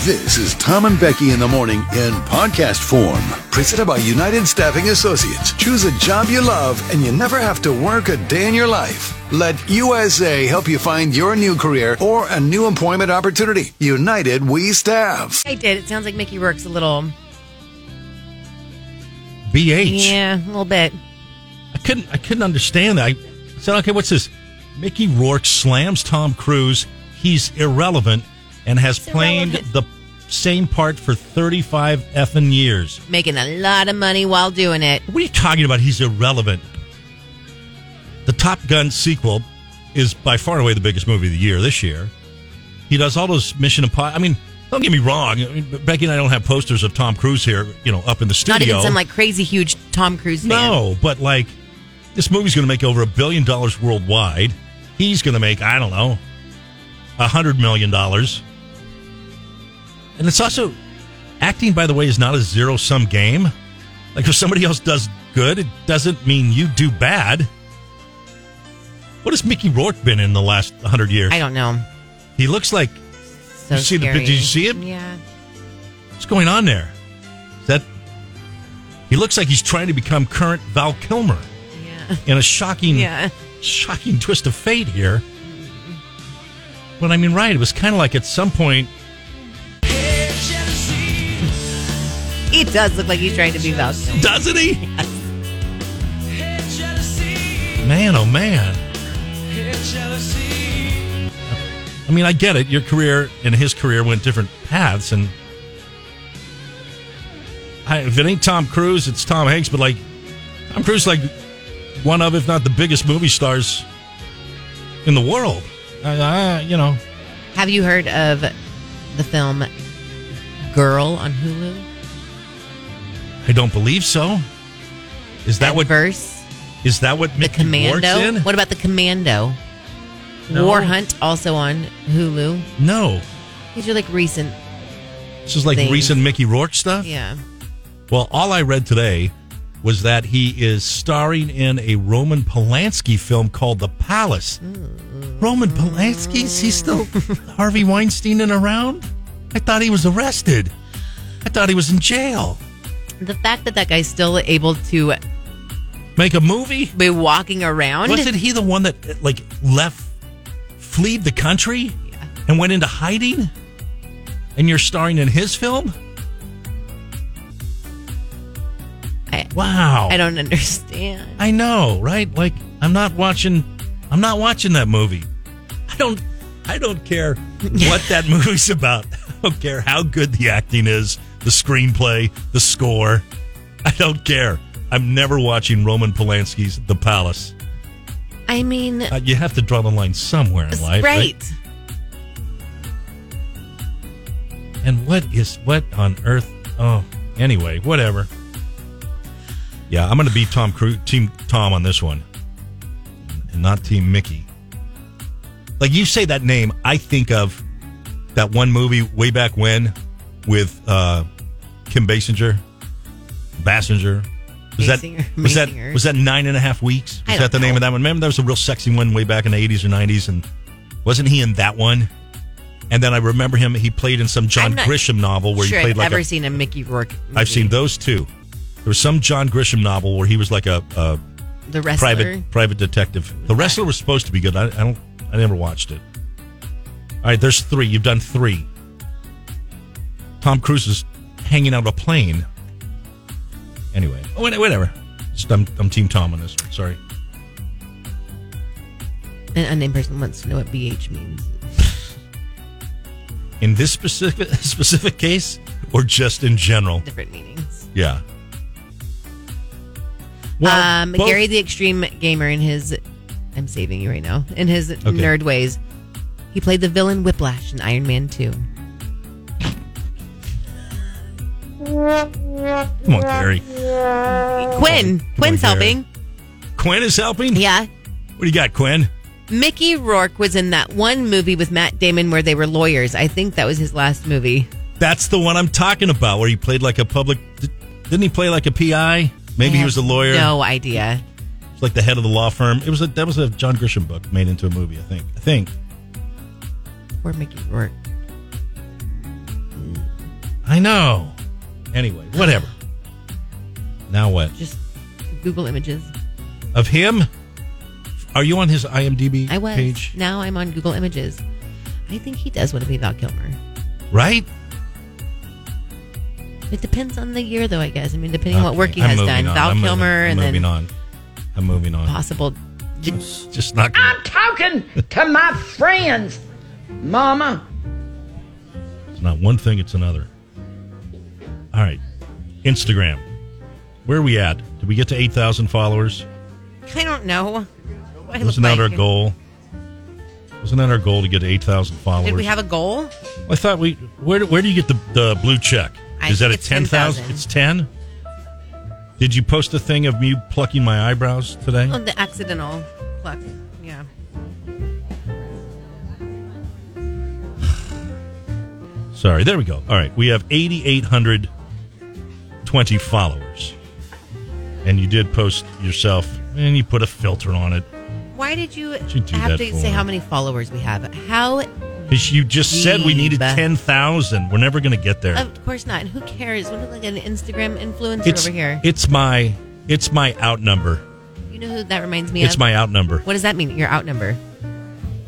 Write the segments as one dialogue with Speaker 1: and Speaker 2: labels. Speaker 1: This is Tom and Becky in the morning in podcast form. Presented by United Staffing Associates. Choose a job you love and you never have to work a day in your life. Let USA help you find your new career or a new employment opportunity. United We Staff.
Speaker 2: I did. It sounds like Mickey Rourke's a little,
Speaker 3: BH.
Speaker 2: yeah, a little bit.
Speaker 3: I couldn't I couldn't understand that. I said, okay, what's this? Mickey Rourke slams Tom Cruise. He's irrelevant and has played
Speaker 2: irrelevant.
Speaker 3: the same part for 35 effing years.
Speaker 2: Making a lot of money while doing it.
Speaker 3: What are you talking about? He's irrelevant. The Top Gun sequel is by far and away the biggest movie of the year this year. He does all those Mission Impossible. I mean, don't get me wrong. I mean, Becky and I don't have posters of Tom Cruise here, you know, up in the studio.
Speaker 2: Not even some like crazy huge Tom Cruise fan.
Speaker 3: No, but like this movie's going to make over a billion dollars worldwide. He's going to make I don't know a hundred million dollars, and it's also acting. By the way, is not a zero sum game. Like if somebody else does good, it doesn't mean you do bad. What has Mickey Rourke been in the last hundred years?
Speaker 2: I don't know.
Speaker 3: He looks like
Speaker 2: So
Speaker 3: You see the
Speaker 2: scary.
Speaker 3: pic- did you see it?
Speaker 2: Yeah.
Speaker 3: what's going on there? Is that he looks like he's trying to become current Val Kilmer
Speaker 2: Yeah.
Speaker 3: in a shocking
Speaker 2: Yeah.
Speaker 3: shocking twist of fate here. But I mean, right? It was kind of like at some point,
Speaker 2: He does look like he's trying to be Val Kilmer.
Speaker 3: doesn't he? Man, oh man. I mean, I get it. Your career and his career went different paths, and I, if it ain't Tom Cruise, it's Tom Hanks. But like, Tom Cruise, is, like one of, if not the biggest movie stars in the world. I, I, you know,
Speaker 2: Have you heard of the film Girl on Hulu?
Speaker 3: I don't believe so. Is that what?
Speaker 2: Verse?
Speaker 3: Is that what
Speaker 2: The
Speaker 3: Mickey Rourke's in?
Speaker 2: Commando? What about The Commando?
Speaker 3: No.
Speaker 2: War Hunt also on Hulu.
Speaker 3: No,
Speaker 2: These are like recent.
Speaker 3: this is like
Speaker 2: Things.
Speaker 3: recent Mickey Rourke stuff.
Speaker 2: Yeah.
Speaker 3: Well, all I read today was that he is starring in a Roman Polanski film called The Palace.
Speaker 2: Mm-hmm.
Speaker 3: Roman Polanski? Is he still Harvey Weinstein and around? I thought he was arrested. I thought he was in jail.
Speaker 2: The fact that that guy's still able to
Speaker 3: Make a movie?
Speaker 2: be walking around.
Speaker 3: Wasn't he the one that like left, fleed the country, and went into hiding? And you're starring in his film?
Speaker 2: I-
Speaker 3: wow!
Speaker 2: I don't understand.
Speaker 3: I know, right? Like I'm not watching I'm not watching that movie. I don't I don't care what that movie's about. I don't care how good the acting is, the screenplay, the score. I don't care. I'm never watching Roman Polanski's The Palace.
Speaker 2: I mean,
Speaker 3: Uh, you have to draw the line somewhere in life,
Speaker 2: right.
Speaker 3: And what is what on earth? Oh, anyway, whatever. Yeah, I'm going to be Tom Cruise, Team Tom on this one, and not Team Mickey. Like you say that name, I think of that one movie way back when with uh, Kim Basinger, Bassinger. Was
Speaker 2: Basinger,
Speaker 3: that was
Speaker 2: Basinger.
Speaker 3: that was that nine and a half weeks?
Speaker 2: I
Speaker 3: Was that the
Speaker 2: don't
Speaker 3: name
Speaker 2: know.
Speaker 3: of that one? Remember that was a real sexy one way back in the 80s or 90s, and wasn't he in that one? And then I remember him. He played in some John
Speaker 2: I'm not
Speaker 3: Grisham novel where
Speaker 2: sure
Speaker 3: he played
Speaker 2: I've
Speaker 3: like
Speaker 2: ever
Speaker 3: a,
Speaker 2: seen a Mickey Rourke.
Speaker 3: I've seen
Speaker 2: movie.
Speaker 3: those two. There was some John Grisham novel where he was like a, a
Speaker 2: the wrestler.
Speaker 3: private private detective. The wrestler was supposed to be good. I, I don't. I never watched it. All right, there's three. You've done three. Tom Cruise is hanging out of a plane. Anyway, oh, whate- whatever. Just, I'm, I'm Team Tom on this. one. Sorry.
Speaker 2: An unnamed person wants to know what BH means.
Speaker 3: In this specific specific case, or just in general?
Speaker 2: Different meanings.
Speaker 3: Yeah. Well,
Speaker 2: um,
Speaker 3: both-
Speaker 2: Gary the Extreme Gamer in his, I'm saving you right now, in his nerd ways, he played the villain Whiplash in Iron Man 2.
Speaker 3: Come on, Gary.
Speaker 2: Quinn. Quinn's
Speaker 3: Gary.
Speaker 2: helping.
Speaker 3: Quinn is helping.
Speaker 2: Yeah.
Speaker 3: What do you got, Quinn?
Speaker 2: Mickey Rourke was in that one movie with Matt Damon where they were lawyers. I think that was his last movie.
Speaker 3: That's the one I'm talking about, where he played like a public. di- Didn't he play like a PI? Maybe
Speaker 2: I
Speaker 3: he
Speaker 2: have
Speaker 3: was a lawyer,
Speaker 2: No idea.
Speaker 3: He was like the head of the law firm. It was a, that was a John Grisham book made into a movie, I think. I think.
Speaker 2: Poor Mickey Rourke.
Speaker 3: I know. Anyway, whatever. now what?
Speaker 2: Just Google images.
Speaker 3: Of him? Are you on his IMDb
Speaker 2: I was.
Speaker 3: page?
Speaker 2: Now I'm on Google Images. I think he does want to be Val Kilmer.
Speaker 3: Right?
Speaker 2: It depends on the year, though, I guess. I mean, depending on what
Speaker 3: Okay,
Speaker 2: work he
Speaker 3: I'm
Speaker 2: has
Speaker 3: moving
Speaker 2: done.
Speaker 3: on.
Speaker 2: Val
Speaker 3: I'm moving-
Speaker 2: Kilmer
Speaker 3: I'm
Speaker 2: and
Speaker 3: moving
Speaker 2: then
Speaker 3: on. I'm moving on.
Speaker 2: possible.
Speaker 3: It's just not gonna-
Speaker 4: I'm talking to my friends, Mama.
Speaker 3: It's not one thing, it's another. All right. Instagram. Where are we at? Did we get to 8,000 followers?
Speaker 2: I don't know. What I look
Speaker 3: Wasn't that
Speaker 2: like.
Speaker 3: our goal? Wasn't that our goal to get to 8,000 followers?
Speaker 2: Did we have a goal?
Speaker 3: I thought we. Where do, where do you get the, the blue check?
Speaker 2: I
Speaker 3: Is that
Speaker 2: think
Speaker 3: at
Speaker 2: it's
Speaker 3: 10,000?
Speaker 2: 10,000.
Speaker 3: It's 10? Did you post a thing of me plucking my eyebrows today?
Speaker 2: Oh, the accidental pluck. Yeah.
Speaker 3: Sorry, there we go. All right, we have 8,820 followers. And you did post yourself, and you put a filter on it.
Speaker 2: Why did you
Speaker 3: Should do
Speaker 2: have
Speaker 3: that
Speaker 2: to
Speaker 3: for
Speaker 2: say
Speaker 3: him.
Speaker 2: how many followers we have? How?
Speaker 3: Because you just said we needed
Speaker 2: Jeeb.
Speaker 3: 10,000. We're never going to get there.
Speaker 2: Of course not. And who cares? We're like an Instagram influencer
Speaker 3: it's,
Speaker 2: over here.
Speaker 3: it's my it's my outnumber.
Speaker 2: you know who that reminds me
Speaker 3: It's
Speaker 2: of?
Speaker 3: my outnumber.
Speaker 2: What does that mean? You're outnumbered.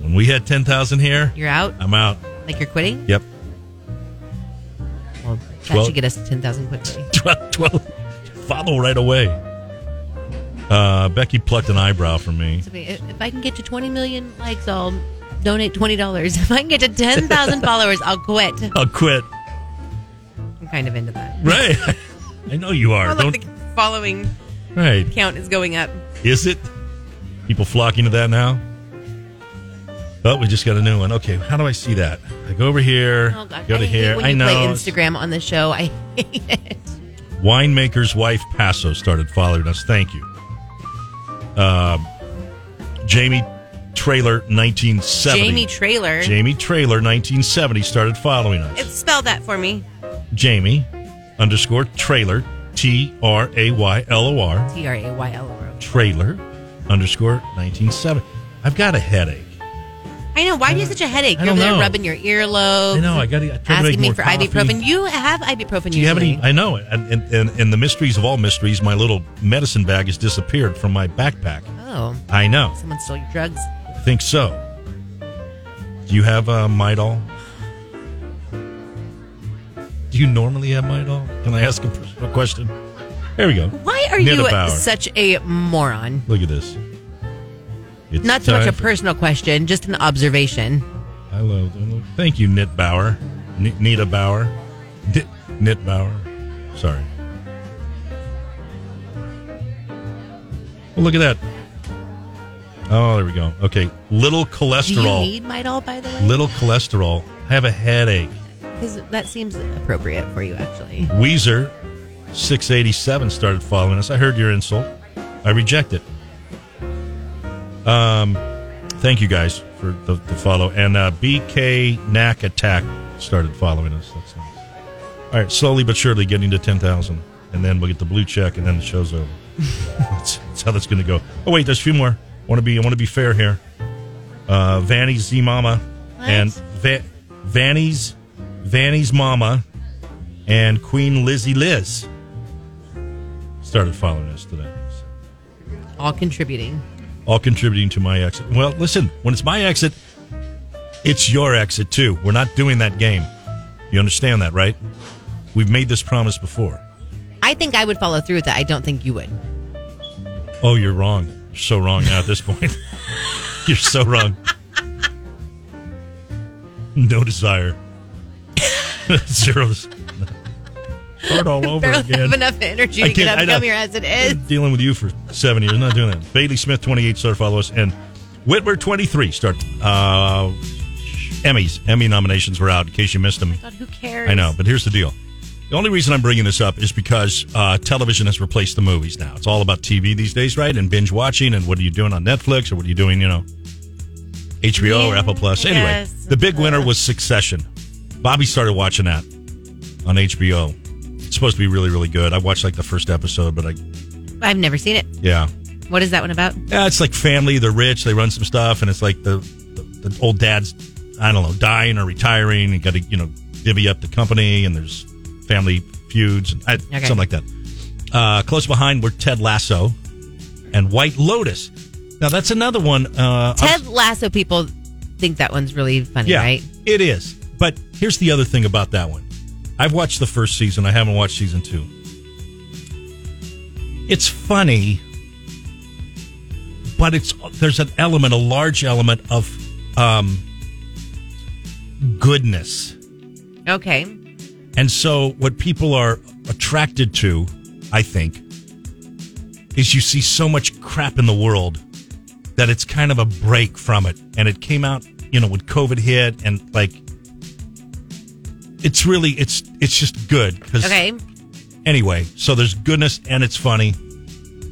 Speaker 3: When we had 10,000 here,
Speaker 2: You're out.
Speaker 3: I'm out.
Speaker 2: Like you're quitting.
Speaker 3: Yep.
Speaker 2: Well, that
Speaker 3: Well-
Speaker 2: should get us to ten thousand quickly.
Speaker 3: 12, 12 follow right away. Uh, Becky plucked an eyebrow from me.
Speaker 2: So if- If I can get to twenty million likes, I'll donate twenty dollars. If I can get to ten thousand followers, I'll quit.
Speaker 3: I'll Oh, quit.
Speaker 2: I'm kind of into that.
Speaker 3: Right. I know you are.
Speaker 2: Well,
Speaker 3: Don't,
Speaker 2: like the following
Speaker 3: right.
Speaker 2: count is going up.
Speaker 3: Is it? People flocking to that now? Oh, we just got a new one. Okay, how do I see that? I go over here,
Speaker 2: Oh God!
Speaker 3: go
Speaker 2: I
Speaker 3: to
Speaker 2: hate
Speaker 3: here.
Speaker 2: When
Speaker 3: I
Speaker 2: you
Speaker 3: know.
Speaker 2: Play Instagram on the show. I hate it.
Speaker 3: Winemaker's wife Paso started following us. Thank you. Um, Jamie Trailer 1970.
Speaker 2: Jamie Trailer.
Speaker 3: Jamie Trailer 1970 started following us.
Speaker 2: It's spell that for me.
Speaker 3: Jamie underscore Trailer T R A Y L O R
Speaker 2: T R A Y L O R.
Speaker 3: Trailer underscore 1970. I've got a headache.
Speaker 2: I know. Why do you have such a headache?
Speaker 3: I
Speaker 2: You're
Speaker 3: don't
Speaker 2: there
Speaker 3: know.
Speaker 2: rubbing your earlobe.
Speaker 3: I know. I got to.
Speaker 2: Asking me
Speaker 3: more
Speaker 2: for
Speaker 3: coffee.
Speaker 2: ibuprofen. You have ibuprofen.
Speaker 3: Do you have
Speaker 2: usually.
Speaker 3: any? I know, and, and and and the mysteries of all mysteries, my little medicine bag has disappeared from my backpack.
Speaker 2: Oh,
Speaker 3: I know.
Speaker 2: someone stole your drugs.
Speaker 3: I think so. Do you have uh, Midol? Do you normally have Midol? Can I ask a personal question? There we go.
Speaker 2: Why are
Speaker 3: Nita
Speaker 2: you
Speaker 3: Bauer.
Speaker 2: such a moron?
Speaker 3: Look at this. It's
Speaker 2: Not so much a
Speaker 3: time for-
Speaker 2: personal question, just an observation.
Speaker 3: I love. I love- Thank you, Knit Bauer. N- Nita Bauer. Knit, Knit Bauer. Sorry. Well, look at that. Oh, there we go. Okay, little
Speaker 2: Do you
Speaker 3: cholesterol.
Speaker 2: need Midol, by the way?
Speaker 3: little cholesterol. I have a headache.
Speaker 2: Because that seems appropriate for you, actually.
Speaker 3: Weezer, six eighty seven, started following us. I heard your insult. I reject it. Um, thank you guys for the, the follow. And uh, BK Knack Attack started following us. That's nice. All right, slowly but surely getting to ten thousand, and then we'll get the blue check, and then the show's over. that's, that's how that's going to go. Oh wait, there's a few more. Want to be? I want to be fair here. Uh, Vanny's Z Mama
Speaker 2: What?
Speaker 3: and Va- Vanny's Vanny's Mama and Queen Lizzie Liz started following us today. So,
Speaker 2: All contributing.
Speaker 3: All contributing to my exit. Well, listen, when it's my exit, it's your exit too. We're not doing that game. You understand that, right? We've made this promise before.
Speaker 2: I think I would follow through with that. I don't think you would.
Speaker 3: Oh, you're wrong. You're so wrong now at this point. you're so wrong. No desire. Zero. des- Start all over
Speaker 2: Barely
Speaker 3: again.
Speaker 2: have enough energy
Speaker 3: I
Speaker 2: to get
Speaker 3: can't-
Speaker 2: up
Speaker 3: I
Speaker 2: and
Speaker 3: know.
Speaker 2: come here as it is.
Speaker 3: Been dealing with you for seven years. Not doing that. Bailey Smith, 28, started follow us. And Whitmer, 23, start. Uh, Emmys. Emmy nominations were out in case you missed them.
Speaker 2: God, who cares?
Speaker 3: I know, but here's the deal. The only reason I'm bringing this up is because uh, television has replaced the movies now. It's all about TV these days, right? And binge watching, and what are you doing on Netflix, or what are you doing, you know, HBO or
Speaker 2: Yeah,
Speaker 3: Apple Plus?
Speaker 2: I
Speaker 3: Anyway,
Speaker 2: guess.
Speaker 3: the big winner was Succession. Bobby started watching that on HBO. It's supposed to be really, really good. I watched like the first episode, but I,
Speaker 2: I've never seen it.
Speaker 3: yeah.
Speaker 2: What is that one about?
Speaker 3: Yeah, it's like family. They're rich. They run some stuff, and it's like the the, the old dad's I don't know dying or retiring, and got to you know divvy up the company. And there's Family Feuds, and I, something like that. Uh, close behind were Ted Lasso and White Lotus. Now that's another one. Uh, I was-
Speaker 2: Ted Lasso people think that one's really funny,
Speaker 3: yeah,
Speaker 2: right?
Speaker 3: It is. But here's the other thing about that one. I've watched the first season. I haven't watched season two. It's funny, but it's there's an element, a large element of um, goodness.
Speaker 2: Okay.
Speaker 3: And so, what people are attracted to, I think, is you see so much crap in the world that it's kind of a break from it. And it came out, you know, when COVID hit, and like, it's really it's it's just good. 'cause-
Speaker 2: Okay.
Speaker 3: Anyway, so there's goodness and it's funny.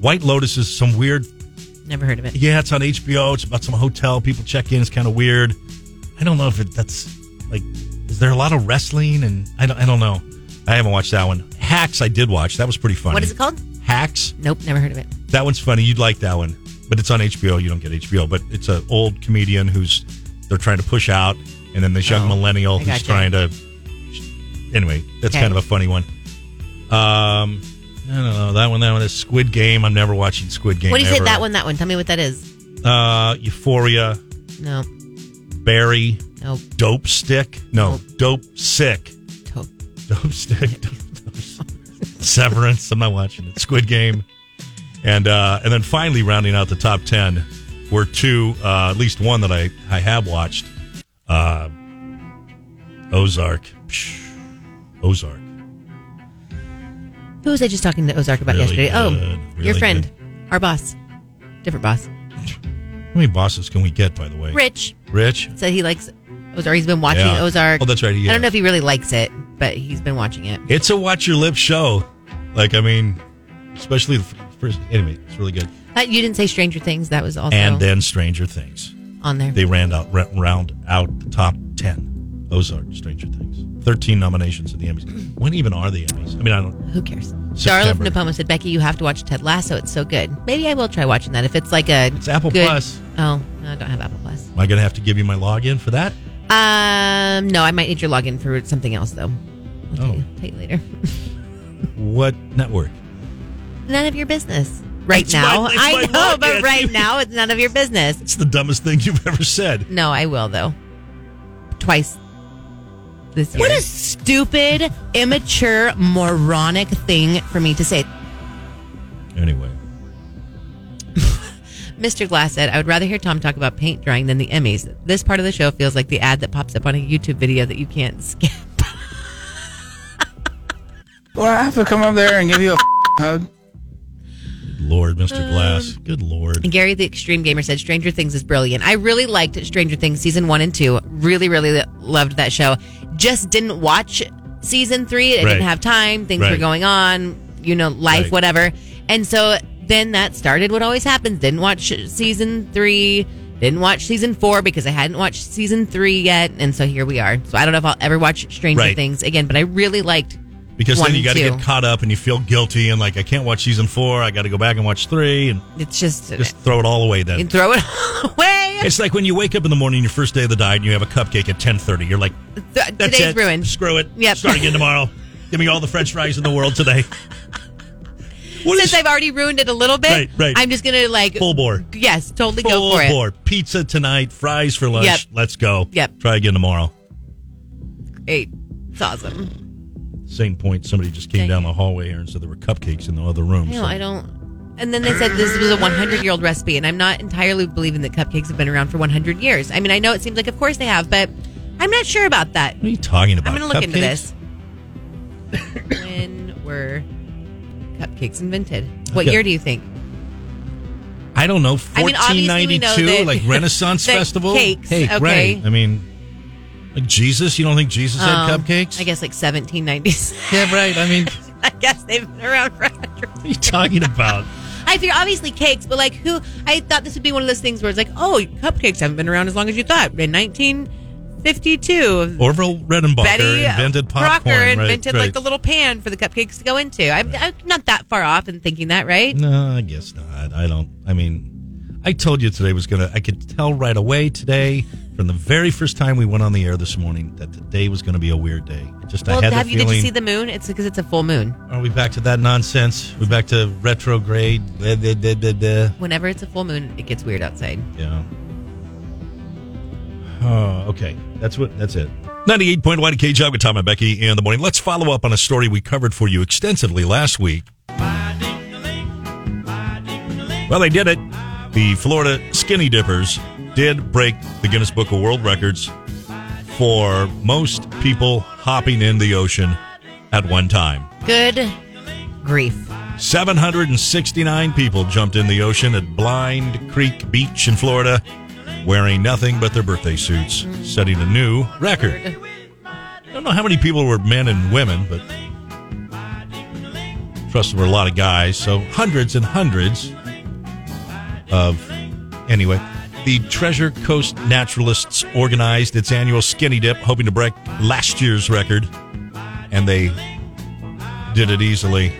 Speaker 3: White Lotus is some weird.
Speaker 2: Never heard of it.
Speaker 3: Yeah, it's on HBO. It's about some hotel. People check in. It's kind of weird. I don't know if it, that's like. Is there a lot of wrestling? And I don't. I don't know. I haven't watched that one. Hacks. I did watch. That was pretty funny.
Speaker 2: What is it called?
Speaker 3: Hacks.
Speaker 2: Nope, never heard of it.
Speaker 3: That one's funny. You'd like that one, but it's on HBO. You don't get HBO, but it's an old comedian who's they're trying to push out, and then this young
Speaker 2: Oh,
Speaker 3: millennial
Speaker 2: I
Speaker 3: who's
Speaker 2: gotcha.
Speaker 3: trying to. Anyway, that's
Speaker 2: Okay.
Speaker 3: kind of a funny one. Um, I don't know that one. That one is Squid Game. I'm never watching Squid Game.
Speaker 2: What do you say
Speaker 3: ever.
Speaker 2: that one? That one. Tell me what that is.
Speaker 3: Uh, Euphoria,
Speaker 2: No.
Speaker 3: Barry,
Speaker 2: Nope.
Speaker 3: Dope Stick. No, Dope Sick.
Speaker 2: Nope.
Speaker 3: Dope Stick, Severance. I'm not watching it. Squid Game, and uh, and then finally rounding out the top ten were two, uh, at least one that I I have watched, uh, Ozark, Psh, Ozark.
Speaker 2: Who was I just talking to Ozark about
Speaker 3: Really
Speaker 2: yesterday?
Speaker 3: good,
Speaker 2: oh,
Speaker 3: really
Speaker 2: your friend, our boss, different boss,
Speaker 3: How many bosses can we get? By the way,
Speaker 2: Rich
Speaker 3: Rich?
Speaker 2: said he likes Ozark. He's been watching
Speaker 3: Yeah.
Speaker 2: Ozark.
Speaker 3: Oh, that's right, he
Speaker 2: I
Speaker 3: has.
Speaker 2: don't know if he really likes it, but he's been watching it.
Speaker 3: It's a watch your lip show. Like I mean, especially the f- first anyway. It's really good.
Speaker 2: Uh, you didn't say Stranger Things. That was also
Speaker 3: And then Stranger Things.
Speaker 2: on there.
Speaker 3: They ran out ra- round out the top ten. Ozark, Stranger Things, thirteen nominations in the Emmys. When even are the Emmys? I mean, I don't.
Speaker 2: Who cares? Charlotte
Speaker 3: September.
Speaker 2: Napoma said, Becky, you have to watch Ted Lasso. It's so good. Maybe I will try watching that if it's like a.
Speaker 3: It's Apple
Speaker 2: good-
Speaker 3: Plus.
Speaker 2: Oh, no, I don't have Apple Plus.
Speaker 3: Am I going to have to give you my login for that?
Speaker 2: Um, no, I might need your login for something else though. I'll tell
Speaker 3: Oh.
Speaker 2: you, tell you later.
Speaker 3: What network?
Speaker 2: none of your business right
Speaker 3: It's
Speaker 2: now.
Speaker 3: my- it's
Speaker 2: I
Speaker 3: my
Speaker 2: know, but
Speaker 3: login.
Speaker 2: right now it's none of your business.
Speaker 3: It's the dumbest thing you've ever said.
Speaker 2: No, I will though. Twice this year.
Speaker 5: What a stupid, immature, moronic thing for me to say.
Speaker 3: Anyway,
Speaker 2: Mr. Glass said, I would rather hear Tom talk about paint drying than the Emmys. This part of the show feels like the ad that pops up on a YouTube video that you can't skip.
Speaker 6: Well, I have to come up there and give you a hug.
Speaker 3: Good Lord, Mr. Glass. Good Lord.
Speaker 2: Gary the Extreme Gamer said, Stranger Things is brilliant. I really liked Stranger Things season one and two. Really, really loved that show. Just didn't watch season three. I
Speaker 3: Right.
Speaker 2: didn't have time. Things
Speaker 3: Right.
Speaker 2: were going on, you know, life,
Speaker 3: Right.
Speaker 2: whatever. And so then that started what always happens. Didn't watch season three. Didn't watch season four because I hadn't watched season three yet. And so here we are. So I don't know if I'll ever watch Stranger
Speaker 3: Right.
Speaker 2: Things again, but I really liked
Speaker 3: Because
Speaker 2: one
Speaker 3: then you got to
Speaker 2: and
Speaker 3: get
Speaker 2: two.
Speaker 3: caught up and you feel guilty and like I can't watch season four. I got to go back and watch three and
Speaker 2: It's just,
Speaker 3: just throw it all away. Then
Speaker 2: you throw it away.
Speaker 3: It's like when you wake up in the morning, your first day of the diet, and you have a cupcake at ten thirty. You're like,
Speaker 2: Th-
Speaker 3: "That's
Speaker 2: today's
Speaker 3: it.
Speaker 2: ruined."
Speaker 3: Screw it.
Speaker 2: Yep.
Speaker 3: Start again tomorrow. Give me all the French fries in the world today. What
Speaker 2: Since
Speaker 3: is
Speaker 2: I've already ruined it a little bit,
Speaker 3: Right, right.
Speaker 2: I'm just gonna like
Speaker 3: full bore?
Speaker 2: Yes, totally
Speaker 3: Full
Speaker 2: go for
Speaker 3: bore. Pizza tonight. Fries for lunch.
Speaker 2: Yep.
Speaker 3: Let's go.
Speaker 2: Yep.
Speaker 3: Try again tomorrow.
Speaker 2: it. Great. It's awesome.
Speaker 3: Same point. Somebody just came
Speaker 2: Dang
Speaker 3: down
Speaker 2: it.
Speaker 3: the hallway here and said there were cupcakes in the other room.
Speaker 2: No,
Speaker 3: so-
Speaker 2: I don't. And then they said this was a 100 year old recipe, and I'm not entirely believing that cupcakes have been around for 100 years. I mean, I know it seems like, of course they have, but I'm not sure about that.
Speaker 3: What are you talking about?
Speaker 2: I'm gonna look into
Speaker 3: Cupcakes?
Speaker 2: this. when were cupcakes invented? What
Speaker 3: Okay.
Speaker 2: year do you think?
Speaker 3: I don't know.
Speaker 2: I mean, obviously we know
Speaker 3: 1492,
Speaker 2: that-
Speaker 3: like Renaissance
Speaker 2: that
Speaker 3: Festival.
Speaker 2: cakes,
Speaker 3: Cake,
Speaker 2: okay.
Speaker 3: right. I mean, like Jesus. You don't think Jesus had
Speaker 2: Um,
Speaker 3: cupcakes?
Speaker 2: I guess like 1790s.
Speaker 3: Yeah, right. I mean.
Speaker 2: I guess they've been around for 100
Speaker 3: What are you talking about?
Speaker 2: I figure obviously cakes, but like who? I thought this would be one of those things where it's like, oh, cupcakes haven't been around as long as you thought. In 1952,
Speaker 3: Orville Redenbacher
Speaker 2: Betty
Speaker 3: invented popcorn.
Speaker 2: Crocker
Speaker 3: right,
Speaker 2: invented
Speaker 3: right.
Speaker 2: like the little pan for the cupcakes to go into. I'm, I'm not that far off in thinking that, right?
Speaker 3: No, I guess not. I don't. I mean, I told you today was gonna. I could tell right away today from the very first time we went on the air this morning that today was going to be a weird day. Just
Speaker 2: Well,
Speaker 3: I had
Speaker 2: have
Speaker 3: the
Speaker 2: you?
Speaker 3: feeling.
Speaker 2: Did you see the moon? It's because it's a full moon.
Speaker 3: Are we back to that nonsense? We're back to retrograde. Blah, blah, blah, blah, blah.
Speaker 2: Whenever it's a full moon, it gets weird outside.
Speaker 3: Yeah. Uh, okay, that's what. That's it. Ninety-eight point one K job with Tom and Becky in the morning. Let's follow up on a story we covered for you extensively last week. Well, they did it. The Florida Skinny Dippers did break the Guinness Book of World Records for most people hopping in the ocean at one time.
Speaker 2: Good grief.
Speaker 3: 769 people jumped in the ocean at Blind Creek Beach in Florida wearing nothing but their birthday suits, setting a new record. I don't know how many people were men and women, but trust there were a lot of guys, so hundreds and hundreds of anyway. The Treasure Coast Naturalists organized its annual skinny dip, hoping to break last year's record, and they did it easily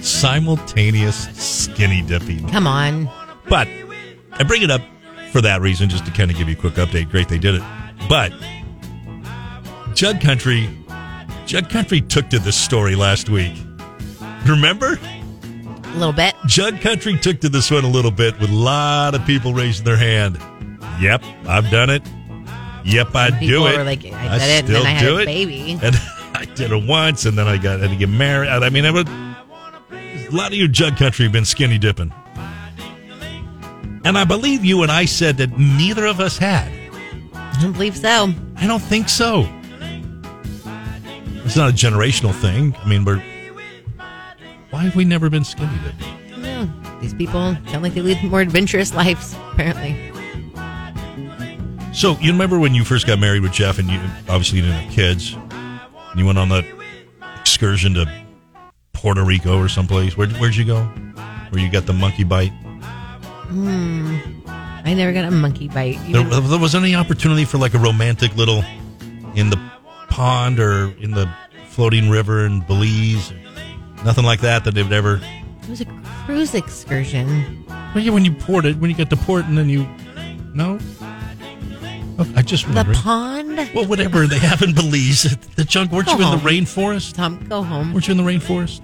Speaker 3: simultaneous skinny dipping.
Speaker 2: Come on.
Speaker 3: But I bring it up for that reason, just to kind of give you a quick update. Great they did it. But Judd Country, Judd Country took to this story last week. Remember?
Speaker 2: A little bit.
Speaker 3: Judd Country took to this one a little bit with a lot of people raising their hand. Yep, I've done it. Yep, I do
Speaker 2: people
Speaker 3: it.
Speaker 2: were like, "I did it, and then I had a baby."
Speaker 3: And I did it once, and then I got had to get married. I mean, I would, a lot of you Judd Country have been skinny dipping. And I believe you and I said that neither of us had.
Speaker 2: I don't believe so.
Speaker 3: I don't think so. It's not a generational thing. I mean, we're. Why have we never been skinny dipping?
Speaker 2: No, these people sound like they lead more adventurous lives, apparently.
Speaker 3: So you remember when you first got married with Jeff, and you obviously you didn't have kids, and you went on that excursion to Puerto Rico or someplace. Where, where'd you go? Where you got the monkey bite?
Speaker 2: I never got a monkey bite.
Speaker 3: There,
Speaker 2: Even,
Speaker 3: there was any opportunity for like a romantic little in the pond or in the floating river in Belize? Nothing like that that they've ever.
Speaker 2: it was a cruise excursion.
Speaker 3: Well, yeah, when you poured it, when you got to port, and then you no. Okay, I just
Speaker 2: The
Speaker 3: remember.
Speaker 2: pond?
Speaker 3: Well, whatever they have in Belize, the junk. Weren't you in the
Speaker 2: Oh.
Speaker 3: rainforest?
Speaker 2: Tom, go home.
Speaker 3: Weren't you in the rainforest?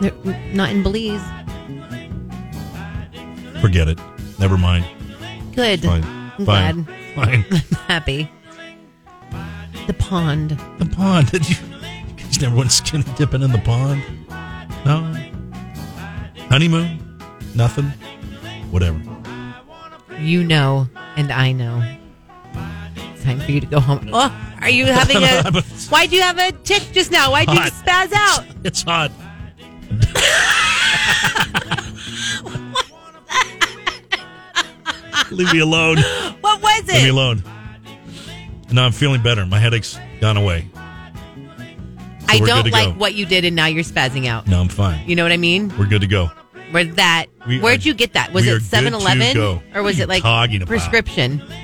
Speaker 2: They're not in Belize.
Speaker 3: Forget it. Never mind.
Speaker 2: Good.
Speaker 3: Fine.
Speaker 2: I'm
Speaker 3: Fine.
Speaker 2: glad.
Speaker 3: Fine.
Speaker 2: Happy. The pond.
Speaker 3: The pond. Did you? you guys never went skinny dipping in the pond. No. Honeymoon. Nothing. Whatever.
Speaker 2: You know, and I know. It's time for you to go home. Oh, are you having a. Why'd you have a tick just now? Why'd you
Speaker 3: Hot.
Speaker 2: just spaz out?
Speaker 3: It's hot. Leave me alone.
Speaker 2: What was
Speaker 3: Leave me
Speaker 2: it?
Speaker 3: alone. No, I'm feeling better. My headache's gone away.
Speaker 2: I
Speaker 3: we're good
Speaker 2: don't
Speaker 3: to
Speaker 2: like
Speaker 3: go.
Speaker 2: what you did, and now you're spazzing out.
Speaker 3: No, I'm fine.
Speaker 2: You know what I mean?
Speaker 3: We're good to go.
Speaker 2: Where that?
Speaker 3: We
Speaker 2: where'd
Speaker 3: are-
Speaker 2: you get that? Was
Speaker 3: we are
Speaker 2: it
Speaker 3: good to
Speaker 2: 7-Eleven
Speaker 3: go.
Speaker 2: or
Speaker 3: What
Speaker 2: was
Speaker 3: are you
Speaker 2: it like
Speaker 3: talking about?
Speaker 2: prescription?